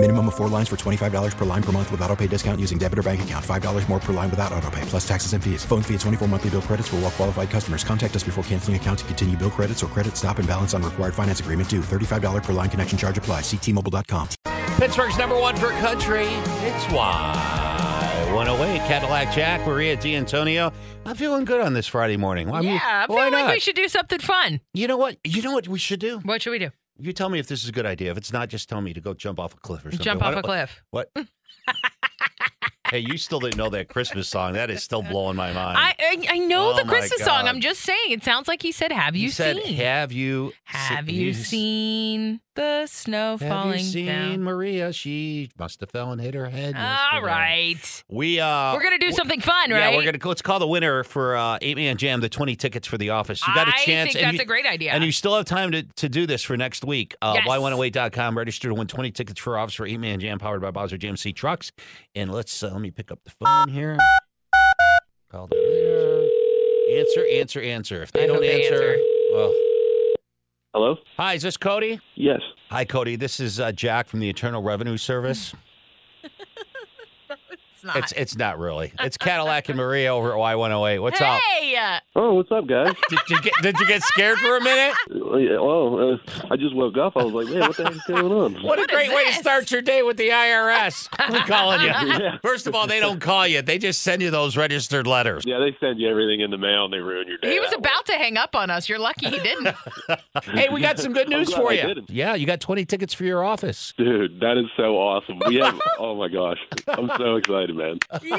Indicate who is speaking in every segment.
Speaker 1: Minimum of four lines for $25 per line per month with auto pay discount using debit or bank account. $5 more per line without auto pay, plus taxes and fees. Phone fee at 24 monthly bill credits for all well qualified customers. Contact us before canceling account to continue bill credits or credit stop and balance on required finance agreement due. $35 per line connection charge apply. Ctmobile.com.
Speaker 2: Pittsburgh's number one for country. It's Y108 Cadillac Jack, Maria D'Antonio. I'm feeling good on this Friday morning. I mean,
Speaker 3: yeah, I'm
Speaker 2: why
Speaker 3: feeling
Speaker 2: not?
Speaker 3: like we should do something fun.
Speaker 2: You know what? You know what we should do?
Speaker 3: What should we do?
Speaker 2: You tell me if this is a good idea. If it's not, just tell me to go jump off a cliff or something.
Speaker 3: Jump
Speaker 2: Why
Speaker 3: off a
Speaker 2: don't-
Speaker 3: cliff.
Speaker 2: What? hey, you still didn't know that Christmas song. That is still blowing my mind.
Speaker 3: I I, I know
Speaker 2: Oh
Speaker 3: the
Speaker 2: my
Speaker 3: Christmas song.
Speaker 2: God.
Speaker 3: I'm just saying. It sounds like he said, "Have you,
Speaker 2: you said,
Speaker 3: seen?
Speaker 2: have you
Speaker 3: Have
Speaker 2: se-
Speaker 3: you
Speaker 2: s-
Speaker 3: seen the snow
Speaker 2: have you
Speaker 3: falling
Speaker 2: seen
Speaker 3: down?"
Speaker 2: Maria? She must have fell and hit her head.
Speaker 3: All
Speaker 2: yesterday.
Speaker 3: right,
Speaker 2: We uh
Speaker 3: we're gonna do
Speaker 2: w-
Speaker 3: something fun, right?
Speaker 2: Yeah, we're gonna let's call the winner for uh, eight man jam, the twenty tickets for the office. You got a
Speaker 3: I
Speaker 2: chance.
Speaker 3: think
Speaker 2: and
Speaker 3: that's
Speaker 2: you-
Speaker 3: a great idea.
Speaker 2: And you still have time to, to do this for next week. Uh,
Speaker 3: Yes.
Speaker 2: Y108.com. Register to win 20 tickets for office for 8 Man Jam powered by Bowser GMC Trucks. And let's, uh, let me pick up the phone here. Call the winner. Answer, answer, answer. If they
Speaker 3: I
Speaker 2: don't
Speaker 3: hope they
Speaker 2: answer,
Speaker 3: answer.
Speaker 2: well.
Speaker 4: Hello?
Speaker 2: Hi, is this Cody?
Speaker 4: Yes.
Speaker 2: Hi, Cody. This is uh, Jack from the Internal Revenue Service.
Speaker 3: it's not.
Speaker 2: It's it's not really. It's Cadillac and Maria over at Y108. What's up?
Speaker 3: hey, uh,
Speaker 4: Oh, what's up, guys?
Speaker 2: Did you, get, did you get scared for a minute?
Speaker 4: oh, uh, I just woke up. I was like, man, what the heck's going on?
Speaker 2: What a
Speaker 3: What is
Speaker 2: great way to
Speaker 3: this?
Speaker 2: start your day with the IRS. I'm calling you.
Speaker 4: Yeah.
Speaker 2: First of all, they don't call you. They just send you those registered letters.
Speaker 4: Yeah, they send you everything in the mail and they ruin your day.
Speaker 3: he was
Speaker 4: that way.
Speaker 3: about to hang up on us. You're lucky he didn't.
Speaker 2: Hey, we got some good
Speaker 4: I'm
Speaker 2: news
Speaker 4: glad
Speaker 2: for
Speaker 4: I
Speaker 2: you.
Speaker 4: didn't.
Speaker 2: Yeah, you got 20 tickets for your office.
Speaker 4: Dude, that is so awesome. We have, oh my gosh. I'm so excited, man.
Speaker 3: yeah.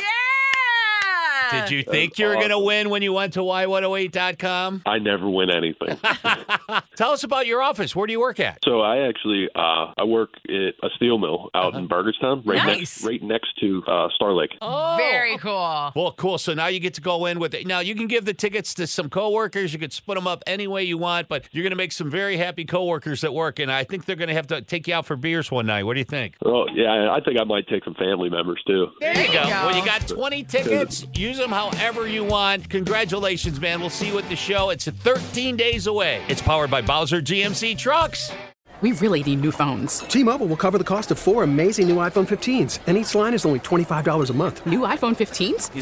Speaker 3: Uh,
Speaker 2: Did you think
Speaker 4: That's
Speaker 2: you were going to
Speaker 4: awesome.
Speaker 2: win when you went to y108.com?
Speaker 4: I never win anything.
Speaker 2: Tell us about your office. Where do you work at?
Speaker 4: So I actually uh, I work at a steel mill out in Burgerstown, right
Speaker 3: Nice.
Speaker 4: next right next to uh, Star Lake.
Speaker 2: Oh,
Speaker 3: Very cool.
Speaker 2: Well, cool. So now you get to go in with it. Now you can give the tickets to some coworkers. You could split them up any way you want, but you're going to make some very happy coworkers at work, and I think they're going to have to take you out for beers one night. What do you think?
Speaker 4: Oh yeah, I think I might take some family members too.
Speaker 2: There you go.
Speaker 3: go.
Speaker 2: Well, you got 20 tickets. Use them however you want. Congratulations, man. We'll see you at the show. It's 13 days away. It's powered by Bowser GMC Trucks.
Speaker 5: We really need new phones.
Speaker 6: T-Mobile will cover the cost of four amazing new iPhone 15s, and each line is only $25 a month.
Speaker 5: New iPhone 15s?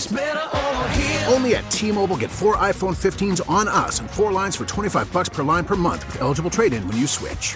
Speaker 7: Only at T-Mobile get four iPhone 15s on us and four lines for 25 bucks per line per month with eligible trade-in when you switch.